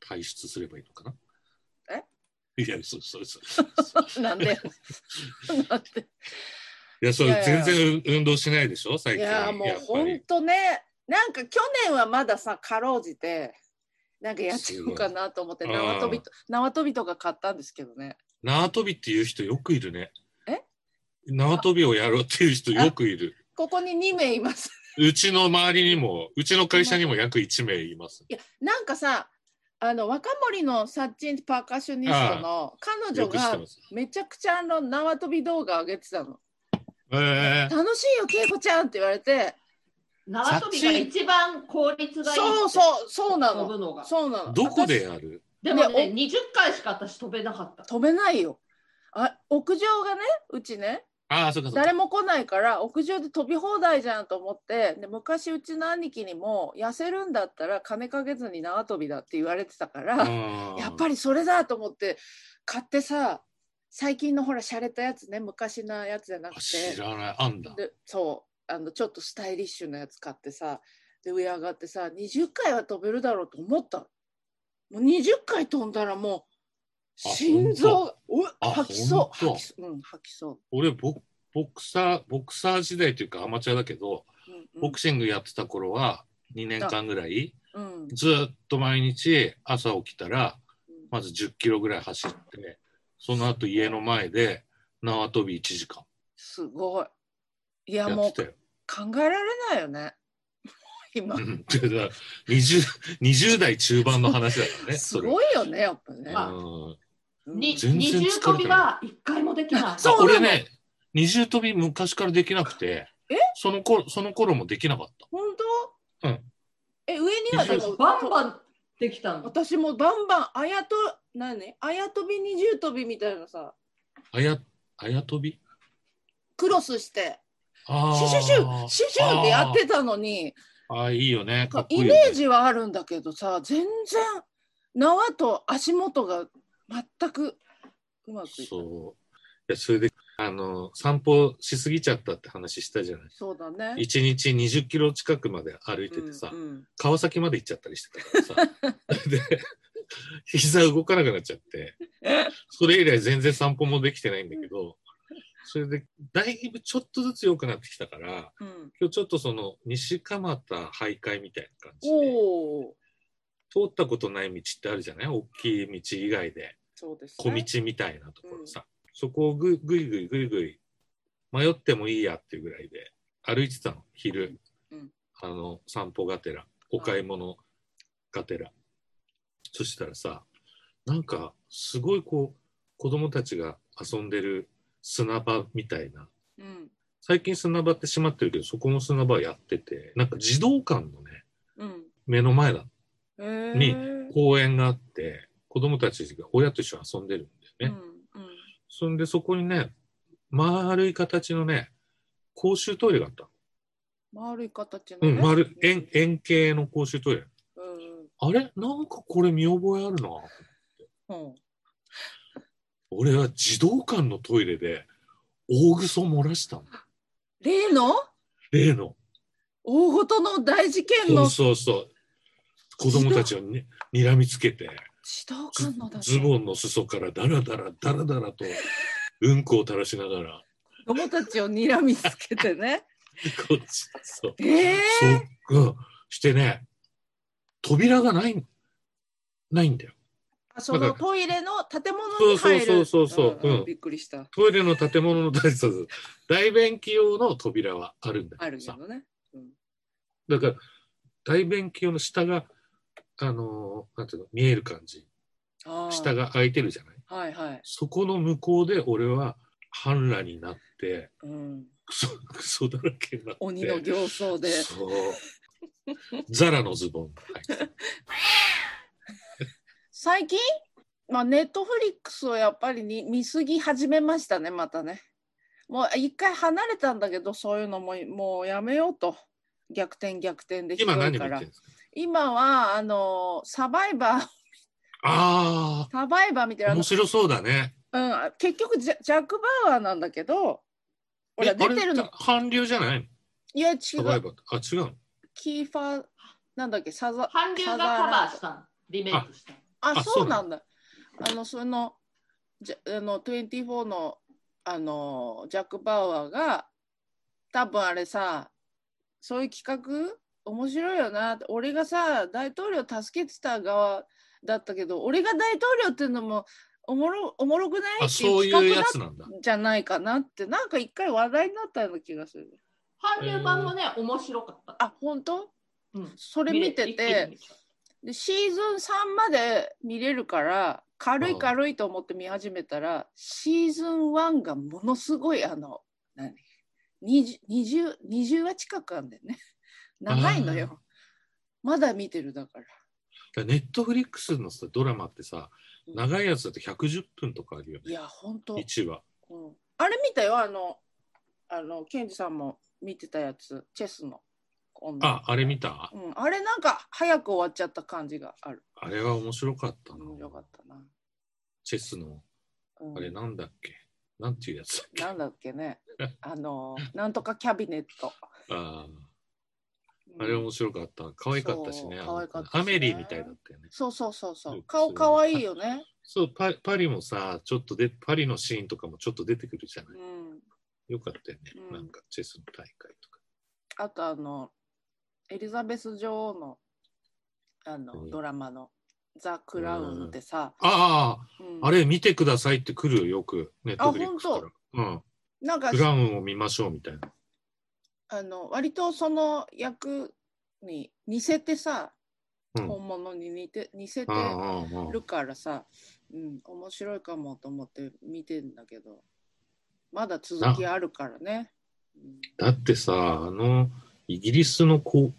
排出すればいいのかなえいや、そうそうそう。 なんでなん でいや、そいれやいや全然運動しないでしょ、最い近。やもうっぱほんりとねなんか去年はまださかろうじてなんかやっちゃおうかなと思ってすごい縄跳びあーと縄跳びとか買ったんですけどね縄跳びっていう人よくいるね。え縄跳びをやろうっていう人よくいる。ここに2名います うちの周りにも、うちの会社にも約1名います。いやなんかさあの若森のサッチンパーカッショニストの彼女よく知ってがます。めちゃくちゃあの縄跳び動画上げてたの「ええ楽しいよ恵子ちゃん」って言われて縄跳びが一番効率がいいってそうそうそうな飛ぶののがそうなのどこ私でやるでもねね20回しか私飛べなかった飛べないよあ屋上がねうちねああ、そうかそう誰か。も来ないから屋上で飛び放題じゃんと思ってで昔うちの兄貴にも痩せるんだったら金かけずに縄跳びだって言われてたから、やっぱり。りそれだと思って買ってさ最近のほら洒落たやつね昔のやつじゃなくあて知らない。あんだ。でそうあのちょっとスタイリッシュなやつ買ってさで上上がってさ20回は飛べるだろうと思ったもう20回飛んだらもうあ心臓がうわあ吐きそうほんと吐きそう、うん、吐きそう俺ボ、ボクサー、ボクサー時代というかアマチュアだけど、うんうんボクシングやってた頃は、2年間ぐらい、うんずっと毎日朝起きたら、まず10キロぐらい走って、その後家の前で縄跳び1時間すごい。いややもっうてたよ。考えられないよね。 今う。ん だから20 20代中盤の話だからね、すそれ。ごいよねやっぱね。あうんうんに全然二疲れてない重跳びは一回もでき ないそうなの俺ね、二重跳び昔からできなくて、その頃、その頃もできなかった。本当？うん。え上にはでもバンバンできたの私もバンバンあやと何あやとび二重跳びみたいなさあや、あや跳びクロスしてああ。シュシュシュシュシュってやってたのにああ、いいよね。かっこいいイよメね、ージはあるんだけどさ全然縄と足元が全くうまくいかない。そう。いや、それで、あの、散歩しすぎちゃったって話したじゃない。そうだね。一日20キロ近くまで歩いててさ、うんうん川崎まで行っちゃったりしてたからさ。 で、膝動かなくなっちゃって、それ以来全然散歩もできてないんだけど、それで、だいぶちょっとずつ良くなってきたから、うん、今日ちょっとその、西蒲田徘徊みたいな感じで、おお。通ったことない道ってあるじゃない大きい道以外で、そうです、小道みたいなところさ、そこをぐぐいぐいぐいぐい、迷ってもいいやっていうぐらいで、歩いてたの、昼。うんうんあの、散歩がてら、お買い物がてら。そしたらさ、なんか、すごいこう、子供たちが遊んでる砂場みたいな。うん。最近砂場って閉まってるけど、そこの砂場やってて、なんか児童館のね、うん。目の前だえーに公園があって、子供たちが親と一緒に遊んでるんだうよね。んうんそんでそこにね、丸い形のね、公衆トイレがあったの。丸い形の、うね。ん、丸、円、円形の公衆トイレ。うん。あれなんかこれ見覚えあるな。うん。俺は児童館のトイレで大ぐそ漏らしたの。例の例の。大ごとの大事件そのうそうそう。子供たちをに睨みつけて、自動ズ館のだズンボンの裾からダラダラダラダラとうんこを垂らしながら、子供たちを睨みつけてね。こっち、 そう。ええそう、うん、してね、扉がない、ないんだよ。ー。そなんのかトイレの建物に入る。そうそうそうそううんうんびっくりした。トイレの建物の大切大便器用の扉はあるんだあけどるけさ。どね。だから、大便器用の下が、あのーなんていうの、見える感じ。あー下が開いてるじゃないはいはい。そこの向こうで俺は半裸になって、うん。クソ、クソだらけになって。鬼の形相で。そう。ザラのズボン。はい、 最近。まあ、ネットフリックスをやっぱりに見すぎ始めましたね、またね。もう一回離れたんだけど、そういうのももうやめようと。逆転逆転でひど今何い見てかるんら。ですか今は、あの、サバイバー、あサバイバーみたいあ、なあの面、白そうだね。うん、結局ジャ、ジャック・バウアーなんだけど、ほら、えあ出れてるの、韓流じゃないのいや、違サバイう、バーってあ、違うのキーファー、なんだっけ、サザ、韓流がカバーしたのリメイクしたのああそうなそんだあのそのじゃあの24のあのジャック・バウアーが多分あれさそういう企画面白いよなって俺がさ大統領助けてた側だったけど俺が大統領っていうのもおもろおもろくないあ、っていそうういう企や画だつなんだ。じゃないかなってなんか一回話題になったような気がする韓流版もね、面白かった。あ本当うん、それ見て一気にて見ちゃうでシーズン3まで見れるから軽ういん軽いと思って見始めたら、シーズン1がものすごいあの何 20, 20, 20話近くあんだよね 長いのよまだ見てるだからネットフリックスのさドラマってさ、うん長いやつだと110分とかあるよいね。やほんと、 1話。うんあれ見たよあのあのケンジさんも見てたやつチェスの女あ、あれ見たうん、あれなんか早く終わっちゃった感じがあるあれは面白かったな。うんよかったな、チェスの、うん、あれなんだっけなんていうやつ だっけなんだっけね。 あのー、なんとかキャビネット。あーあれ面白かった。可愛かったしね。そうあの可愛かったしねアメリーみたいだったよね。そうそうそうそそうう。顔かわいいよね。そう、パパリもさ、ちょっとで、パリのシーンとかもちょっと出てくるじゃなうい。ん。よかったよね。うんなんか、チェスの大会とか。あとあの、エリザベス女王の、あうの、んドラマの、ザ・クラウンってさ、ああ、うんあれ見てくださいって来るよ、よく。ネットフリックスから。うん。なんかク、ラウンを見ましょうみたいな。あの、割とその役に似せてさ、うん。うん本物に似て、似せてうんうんるからさ、うん、面白いかもと思って見てんだけど、まだ続きあるからね。うんだってさ、あの、イギリスの皇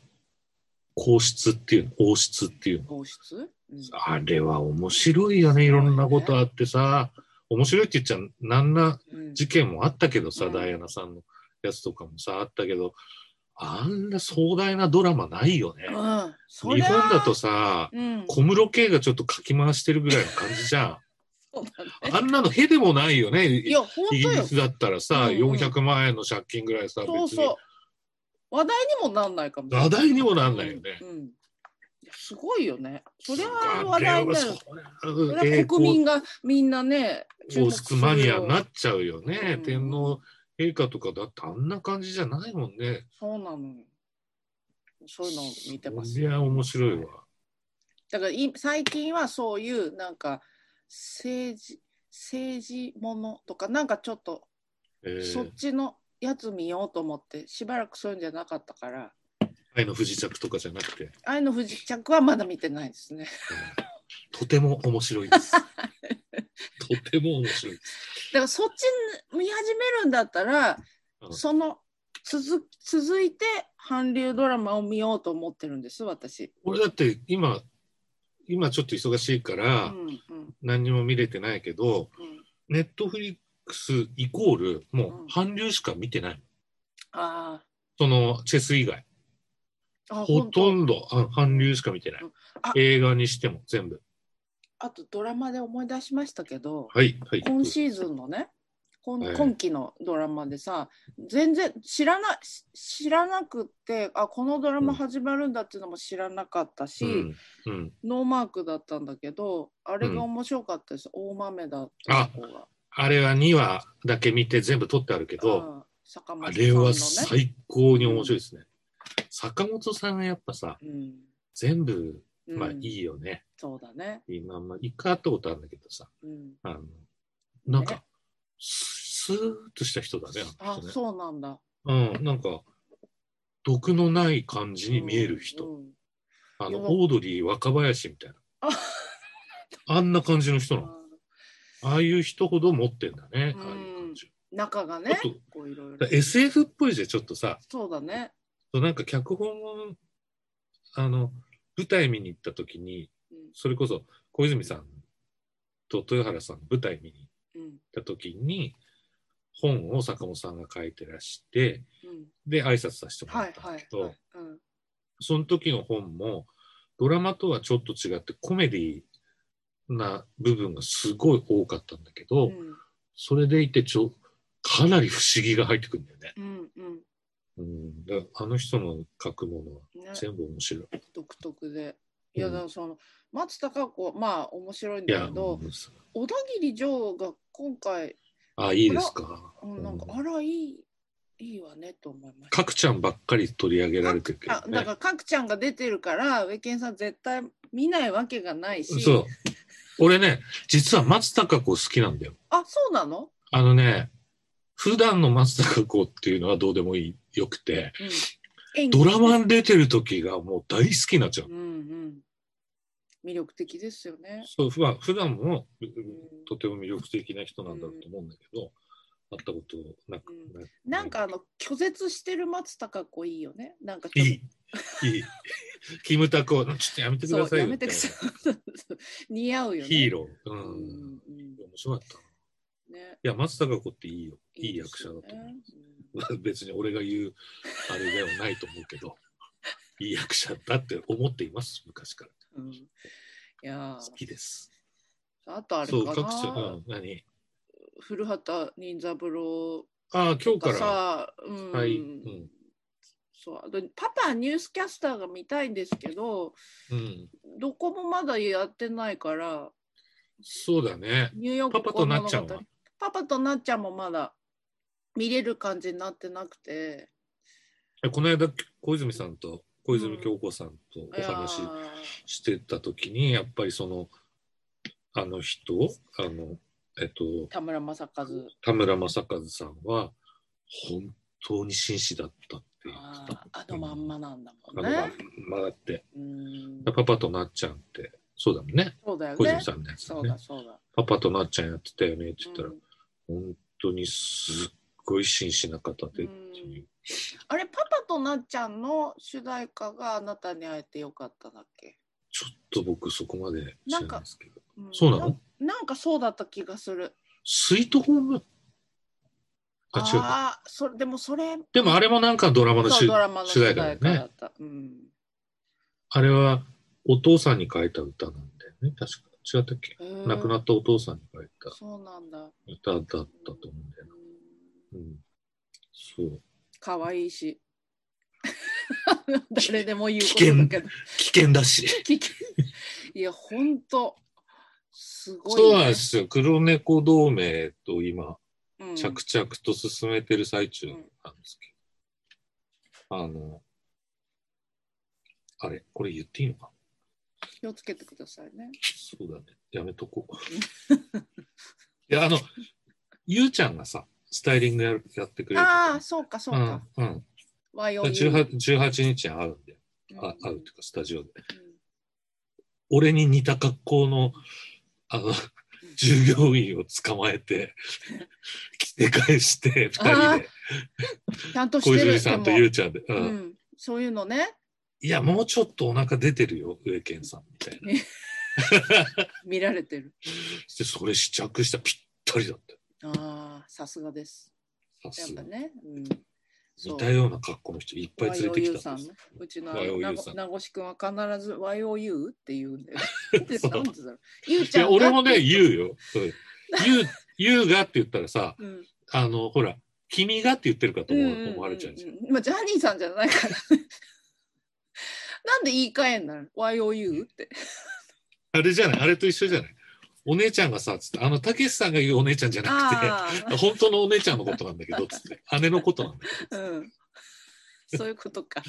皇室っていうの、王室っていうの。皇室、うんあれは面白いよね、いろんなことあってさ。面白いって言っちゃなんなうん事件もあったけどさ、うんダイアナさんのやつとかもさ、あったけど、あんな壮大なドラマないよね。うん、そ日りゃ本だと、さ、うん、小室圭がちょっとかき回してるぐらいの感じじゃそうだん。ねあんなのへでもないよね。いイや、本当ギリよ。スだったらさ、うんうん400万円の借金ぐらいさ、そう別にそう。話題にもなんないかもしれな話い。題にもなんないよねう。ん。うんいやすごいよね。それはそうか話題になる。あれそはそれれはは国民がみんなね、王室マニアになっちゃうようね。ん天皇陛下とかだってあんな感じじゃないもんね。そうなのよ。そういうのを見てますそ。りゃ面白いわ。だからい最近はそういうなんか政治政治ものとかなんかちょっとえーそっちのやつ見ようと思ってしばらくそういうんじゃなかったから。愛の不時着とかじゃなくて、愛の不時着はまだ見てないですね。 とても面白いです。とても面白いです。だからそっちに見始めるんだったら、うんその続続いて韓流ドラマを見ようと思ってるんです、私。俺だって今、今ちょっと忙しいかうら、んうん何にも見れてないけど、うん。ネットフリックスイコール、もうんう韓流しか見てない。あそのチェス以外。ーあ、ほとど。んどあ韓流しか見てないうんあ。映画にしても全部。あとドラマで思い出しましたけど、はい、はい。今シーズンのね、今はい今期のドラマでさ、全然知らなし知らなくって、あこのドラマ始まるんだっていうのも知らなかったし、うん。うん。ノーマークだったんだけど、あれが面白かったです。大豆だった子が。あれは2話だけ見て全部撮ってあるけど、うん坂あ本さんれのはね。最高に面白いですね。坂本さんがやっぱさ、うん全部、うんまあいいよね。そうだね。今、まあ一回会ったことあるんだけどさ、うん、あの、なんねか、ススーッとした人だね。あの人ねそうなんだ。うん、なんか、毒のない感じに見える人。うん うんあの、いやオードリー若林みたいな。ああんな感じの人なの。ああいう人ほど持ってんだね。うんああいう感じ。中がねあと、こういろいだろから。SF っぽいじゃん、ちょっとさ。そうだね。なんか脚本を、あの、舞台見に行った時に、うんそれこそ小泉さんと豊原さんの舞台見に行うっんた時に、本を坂本さんが書いてらして、うん、で、挨拶させてもはらいったんはだいけど、はい。うんその時の本も、ドラマとはちょっと違ってコメディな部分がすごい多かったんだけど、うんそれでいてちょ、かなり不思議が入ってくるんだよね。うんうんうん、だからあの人の書くものはね全部面白い。独特でいやうんでもその松たか子まあ面白いんいだや、けどうんそ小田切丈が今回あ、いいですか。うんなんかうんあらいいいいわねと思いました。かくちゃんばっかり取り上げられてるけどあだねか。らかくちゃんが出てるから上健さん絶対見ないわけがないしそう。俺ね、実は松たか子好きなんだよ。あそうなの、あのね、普段の松たか子っていうのはどうでもいい、よくて、うん、演技ドラマに出てる時がもう大好きになっちゃううん。うん魅力的ですよね。そう、ふわ普段もううんんとても魅力的な人なんだろうと思うんだけど、会ったことなくうない。なんかあの拒絶してる松たか子いいよね。なんかちいょっい、といい。キムタクを、ちょっとやめてくだそさういやよ。めてください。似合うよね。ヒーロー。う。うんんうん面白かった。いね、や、松たか子っていいよ。 いい役です者だよとね思う。別に俺が言うあれではないと思うけ ど、いい役者だって思っています、昔から。うんうんいや好きです。ーあとあれそう、か各な所、うん、何古畑任三郎ああ、今日がから。さ、うんはいうんそうあとパパニュースキャスターが見たいんですけどうん。どこもまだやってないからそうだね。ニューヨーパクパとなっちゃんこのは物語パパとなっちゃんもまだ見れる感じになってなくてえこの間小泉さんと小泉京子さんとお話いしやーしてた時にやっぱりそのあの人あのえっと田村正和田村正和さんは本当に紳士だったっていうあーあのまんまなんだもあんのまね。まだってうんパパとなっちゃんってそうだもんねそうだよ小泉ね。さんのやつそだうねだそうだ。パパとなっちゃんやってたよねって言ったら、うん本当にすっごい紳士な方でっていう、あれパパとなっちゃんの主題歌があなたに会えてよかっただっけ、ちょっと僕そこまで知らないですけどうんそうなのなんかそうだった気がする。スイートホームあ違うかあーそれでもそれでもあれもなんかドラマのそう主ドラマの主主題題歌だよ歌ねだ。った。うん、あれはお父さんに書いた歌なんだよね。確か。違ったっけ、亡くなっったお父さんに書いたそうなんだ。歌だったと思うんだよな。うん。そう。可愛いし。 誰でも言うこ危険とだけど危険だし。危険 いや本当すごい、そうなんですよ。黒猫同盟と今、うん着々と進めてる最中なんですけど。あの、あれこれ言っていいのか気をつけてくださいね。そうだね。やめとこう。 いや、あの、ゆうちゃんがさ、スタイリングやるやってくれるあかあ、そうか、そうら。か。うん。うん。和洋優18 18日に会うんだよ。うんあ会うっていうか、スタジオで。うん俺に似た格好の、あの、従業員を捕まえて、着て返して、二あ人ーで、ちゃんとし小てる泉さんとでもゆうちゃんで。う。うんん、そういうのね、いや、もうちょっとお腹出てるよ、上健さん、みたいな。見られてる。で、それ試着したらぴったりだったよ。ああ、さすがです。さやっすぱが。ね。うん、似たような格好の人いっぱい連れてきたんです和洋優さんね。うちの和洋優なさごん名越くんは必ず YOU って言うんだよ。なん でそうなんでだろう。ゆういちゃんや、が俺もね、、言うよ。うん言う、言うがって言ったらさ、うん、あの、ほら、君がって言ってるかとうん思,、うんうん思われちゃうじゃん。まあジャニーさんじゃないから、ね。 なんで言い換えんなの ?YOU って。あれじゃない、あれと一緒じゃない。お姉ちゃんがさ、つって、あの、たけしさんが言うお姉ちゃんじゃなあくて、本当のお姉ちゃんのことなんだけど、つって、姉のことなんだけあ、うん。そういうこと か。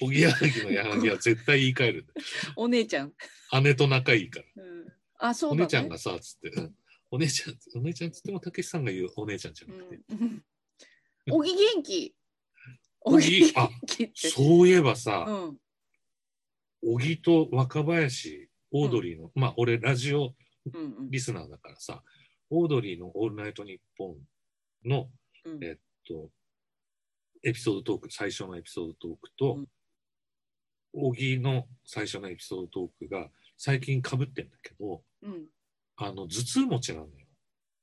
ど、おぎやはぎのやはぎは絶対言い換えるんだお姉ちゃん。よ。姉と仲いいから。うん、あ、そうおだ、ね。姉ちゃんがさ、つって、うんお姉ちゃん、お姉ちゃんつってもたけしさんが言うお姉ちゃんじゃなくて。うん。おぎ 元気。お小ぎ木、あ、元気って。そういえばさ、うん。小木と若林、オードリーの、まあ俺ラジオうんうん。リスナーだからさ、オードリーのオールナイトニッポンの、うんえっと、エピソードトーク、最初のエピソードトークと、うん小木の最初のエピソードトークが最近被ってんだけど、うん。あの、頭痛持ちなんだよ。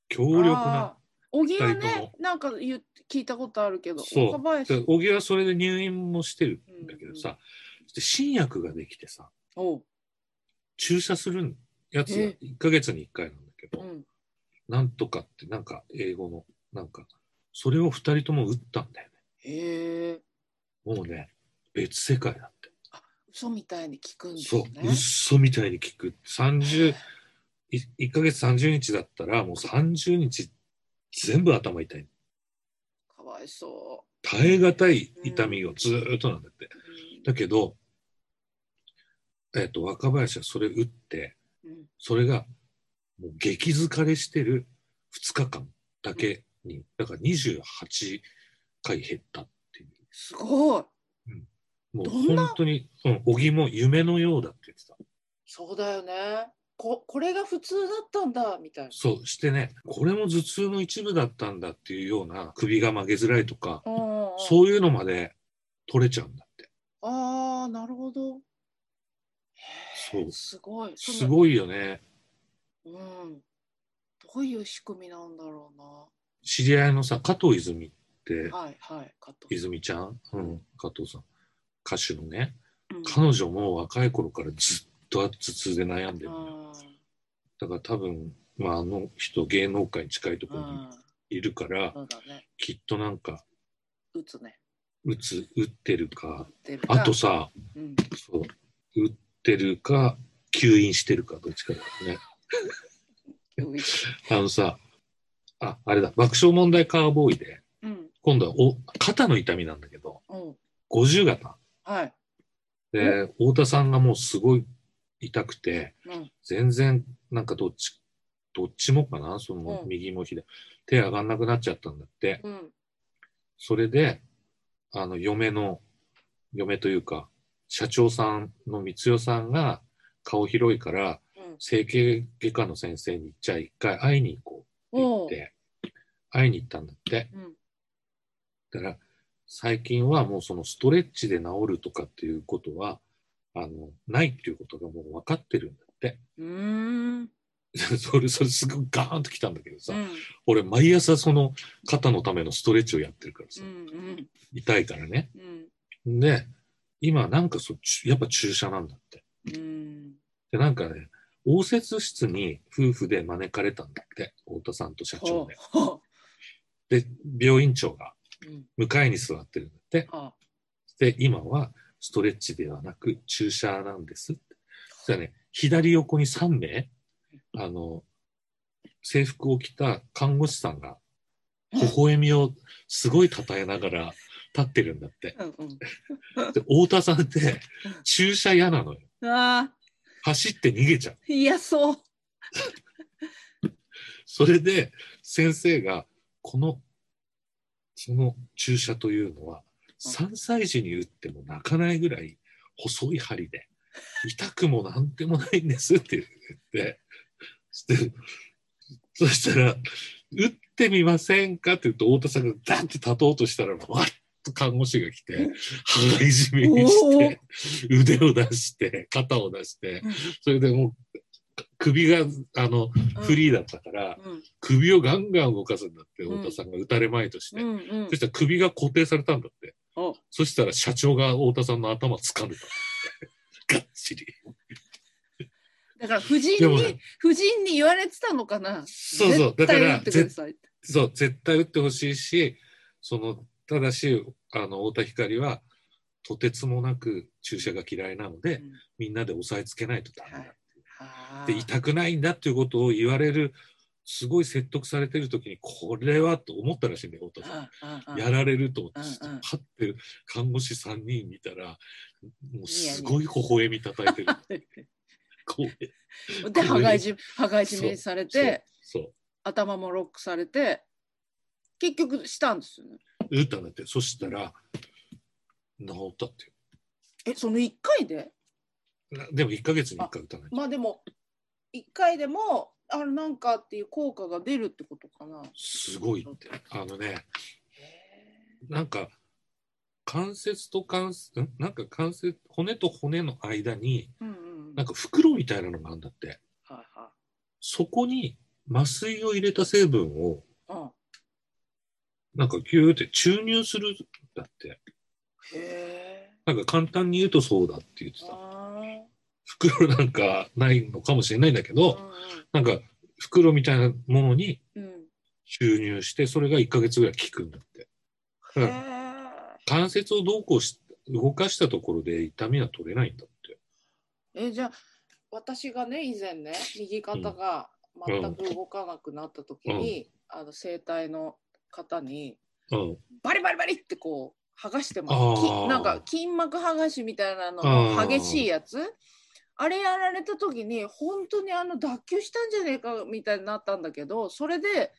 強力なあ。ー。おぎは二人とねも、なんか言う聞いたことあるけど、そう岡林。で小木はそれで入院もしてるんだけどうんさ、で新薬ができてさ、おう。注射するやつがえ1ヶ月に1回なんだけど、うん。なんとかって、なんか英語の、なんか、それを二人とも打ったんだよね。へえ。もうね、別世界だって。嘘みたいに聞くんですそようね。、嘘みたいに聞く。30、い1ヶ月30日だったら、もう30日全部頭痛い。かわいそ耐え難い痛みをずーっとなんだって。う。だけど、えっ、と、若林はそれ打って、うんそれが、もう激疲れしてる2日間だけに、だから28回減ったっていすごい。う。もうどんな本当に、うん、小木も夢のようだって言ってた。そうだよね。ここれが普通だったんだみたいそうしてね、これも頭痛の一部だったんだっていうような、首が曲げづらいとか、な。うんうんそういうのまで取れちゃうんだって。ああなるほど。そう。すごい。すい。ごいよね。うん。どういう仕組みなんだろう知り合いのさ、加藤泉ってな。、はいはい。カット。泉ちゃん、うん、加藤さん、歌手のね、うん彼女も若い頃からずっと頭痛で悩んでるのよ、うんだから多分、まあ、あの人、芸能界に近いとこうろにん。いるから、そうだね。きっとなんか、打つね。打つ、打ってるか、出るあとさ、うん。そう、打ってるか、吸引してるか、どっちかだよね。うんあのさ、あ、あれだ、爆笑問題カーボーイで、うん。今度はお肩の痛みなんだけど、うん。 50型。はい。で、太田さんがもうすごい痛くて、うん。全然なんかどっちどっちもかなそのうん右も左、手上がんなくなっちゃったんだってうん。それであの嫁の嫁というか社長さんの光代さんが顔広いからうん。整形外科の先生にじゃあ一回会いに行こうって言おっう。て会いに行ったんだってうん。だから最近はもうそのストレッチで治るとかっていうことはあのないっていうことがもう分かってるんだって うーん。それそれすごいガーンときたんだけどさ、うん。俺毎朝その肩のためのストレッチをやってるからさ、うん。痛いからねうん。で今なんかそうちゅやっぱ注射なんだってうん。でなんかね応接室に夫婦で招かれたんだって太田さんと社長ほでうほで病院長がう。うん。向かいに座ってるんだってあ。で今はストレッチではなく注射なんですってそしたらね左横に3名あの制服を着た看護師さんが微笑みをすごい称えながら立ってるんだって。うんうん。で、太田さんって注射嫌なのよ。ああ、走って逃げちゃう。いや、そう。それで先生が、この、その注射というのは、3歳児に打っても泣かないぐらい細い針で、痛くもなんでもないんですって言って、してそしたら、打ってみませんかって言うと、太田さんがダンって立とうとしたら、わっと看護師が来て、歯いじめにして、腕を出して、肩を出して、それでもう、首が、あの、 フリーだったから、うん。首をガンガン動かすんだって、うん太田さんが打たれまいとして。うん。うんそ。したら首が固定されたんだって。おそしたら社長が太田さんの頭掴んでたん だって。がっちり。だから、夫人でもにね、夫人に言われてたのかな。そうそう絶対だから打ってください。そう、絶対打ってほしいし、その、ただし、あの、太田光は、とてつもなく注射が嫌いなので、うんみんなで押さえつけないとダメだ。はいあでー痛くないんだっていうことを言われるすごい説得されてる時にこれはと思ったらしいんだよ太田さん。あああやられると思ってうんうんパッて看護師3人見たらもうすごい微笑み叩いてる。 こうで、羽がいじめ、羽がいじめにされて、そう頭もロックされて、結局したんですよね。そう打ったんだってそしたら治ったっていうえ、その一回でなでも1ヶ月に1回打たないとまあでも、一回でも、あれなんかっていう効果が出るってことかな。すごいってあのねなんか関節と関節んなんか関節骨と骨の間にうんうん。なんか袋みたいなのがあるんだって。はいはい。そこに麻酔を入れた成分を、うんなんかギューって注入するんだって。へなんか簡単に言うとそうだって言ってーた。あ袋なんかないのかもしれないんだけーど、なんか袋みたいなものにうんうん注入して、それが1ヶ月ぐらい効くんだって。うんうへん関節をどうこうし動かしたところで痛みは取れないんだって。えじゃあ私がね以前ね右肩が全く動かなくなった時に、あの整体の方にうん。バリバリバリってこう剥がしてまあーすきなんか筋膜剥がしみたいなのの激しいやつあれやられた時に本当にあの脱臼したんじゃねえかみたいになったんだけどそれで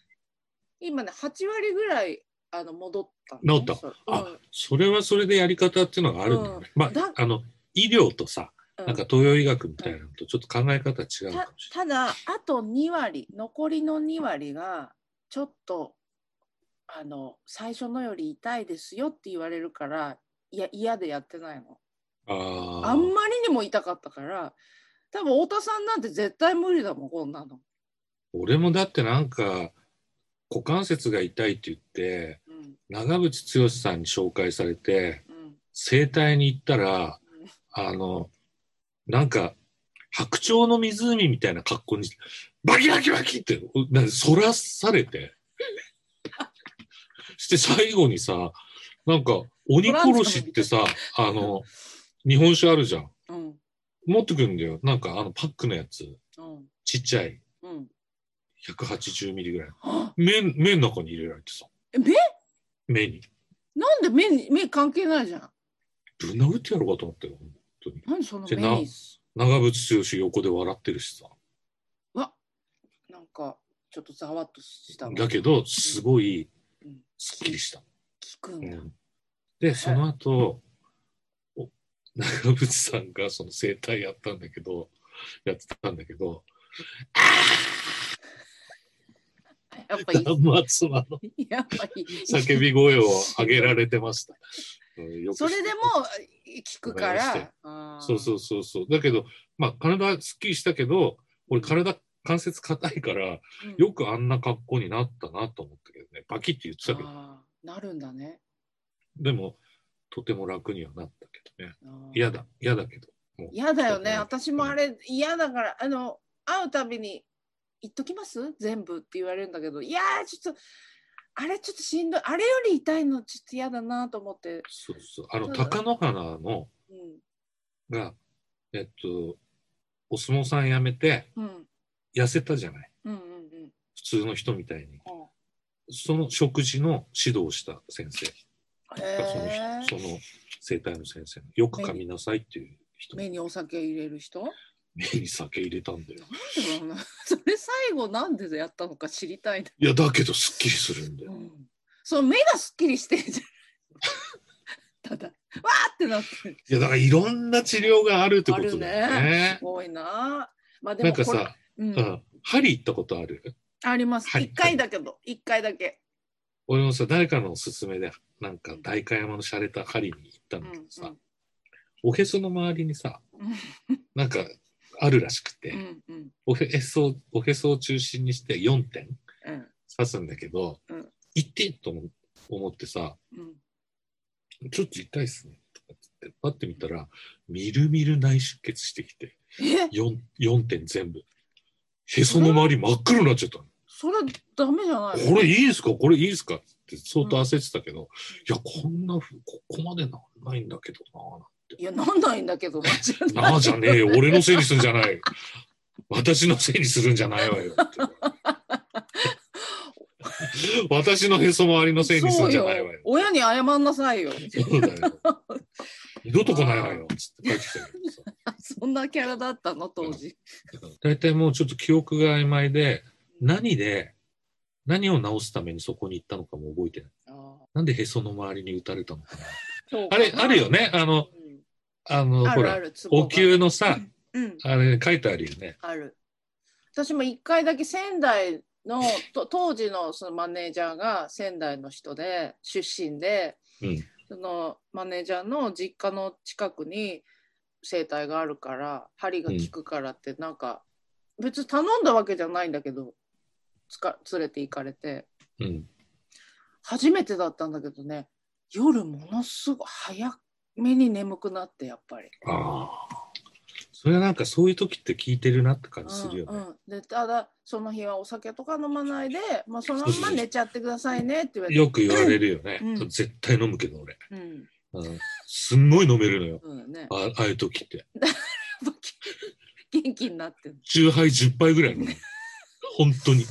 今ね8割ぐらいあの戻ったんだね、治ったそれあそれはそれでやり方っていうのがあるんだよね。まだあ、あの、医療とさ、うんなんか東洋医学みたいなのとちょっと考え方違うかもしれないた。ただあと2割残りの2割がちょっとあの最初のより痛いですよって言われるからいや嫌でやってないのああ。あんまりにも痛かったから多分太田さんなんて絶対無理だもんこんなの、俺もだってなんか、股関節が痛いって言って、うん長渕剛さんに紹介されて、うん整体に行ったら、あの、なんか、白鳥の湖みたいな格好に、バキバキバキって、なんか反らされて、して最後にさ、なんか、鬼殺しってさ、あの、日本酒あるじゃん。うん持ってくるんだよ。なんか、あの、パックのやつ。うんちっちゃい。うん180ミリぐらい。は麺、麺の中に入れられてさ。え目目に。なんで目に目関係ないじゃんぶん殴ってやろうかと思ったよ。本当に。何そのじ目ゃあなに長渕剛横で笑ってるしさ。わなんかちょっとざわっとしたわだけど、すごいうん、すっきりした。聞くんだ、うんで、その後、お長渕さんがその整体やったんだけど、やってたんだけど、やっ ぱいい断末魔のやっぱいい叫び声を上げられてました。うんよくそれでも聞くかわかりましらた。あーそうそうそうそう。だけど、まあ、体はすっきりしたけど、俺体、関節硬いから、うんよくあんな格好になったなと思ったけどね。バキって言ってたけど、あーなるんだね。でも、とても楽にはなったけどね。あー嫌だ、嫌だけど。もう嫌だようね。ん私もあれ嫌だから、あの、会うたびに、言っときます全部って言われるんだけど、いやー、ちょっと、あれちょっとしんどい。あれより痛いのちょっと嫌だなと思って。そうそう。あその、うだ貴乃花の、うん。が、えっと、お相撲さん辞めて、うん。痩せたじゃない。うんうんうん。普通の人みたいに。うんその食事の指導をした先生。へーその人、その生体の先生。よく噛みなさいっていう人。目にお酒入れる人なん目に酒入れたんだよ。でだろうな それ最後なんでやったのか知りたいな。いや、だけどすっきりするんだよ。うんその目がすっきりしてんじゃん。ただ、わーってなってる。いや、だからいろんな治療があるってことだよあるねす。ごいな。まあでなんかもこれ、さ、う、うんん、針行ったことあるあります。一、はい回だけど、一回だけ。俺もさ、誰かのおすすめで、なんか代官山の洒落た針に行ったんだけどさ、うんおへその周りにさ、うんなんかあるらしくて、うんうんおへそを、おへそを中心にして4点うん刺すんだけど、うん痛ってと思思ってさ、うん。ちょっと痛いっすね。とかつって、パッて見たら、みるみる内出血してきて、え、 4, 4点全部。へその周り真っ黒になっちゃったの。それダメじゃないこれいいですかこれいいですかって相当焦ってたけど、いや、こんなふ、ここまでなんないんだけどいや、なんないんだけどな。な。なあじゃねえよ。俺のせいにするんじゃないよ。私のせいにするんじゃないわよって。私のへそ周りのせいにするそんうじゃよないわ よ。。親に謝んなさいよ。 そうだよ。二度と来ないわよ。つって帰ってきたけどさ。そんなキャラだったの、当時。大体もうちょっと記憶が曖昧で、何で、何を直すためにそこに行ったのかも覚えてない。あなんでへその周りに打たれたの かな。ーあれ、あるよ。ね。あの、うんあの、あほるあら、る。ツボがお灸のさ、うん。あれ書いてあるよね。ある。私も一回だけ仙台の と当時のそのマネージャーが仙台の人で出身で、うんそのマネージャーの実家の近くに整体があるから針が効くからってなんか、別に頼んだわけじゃないんだけどつか連れて行かれてうん。初めてだったんだけどね夜ものすごい早めに眠くなってやっぱり。ああ。それはなんかそういう時って聞いてるなって感じするようね。んうん、でただその日はお酒とか飲まないで、まあ、そのまんま寝ちゃってくださいねって言われて、よく言われるよね。うん絶対飲むけど俺。うん、うん、すんごい飲めるのよ。そうだね。 あああいう時って。元気になってる。 10杯10杯ぐらいの。本当に。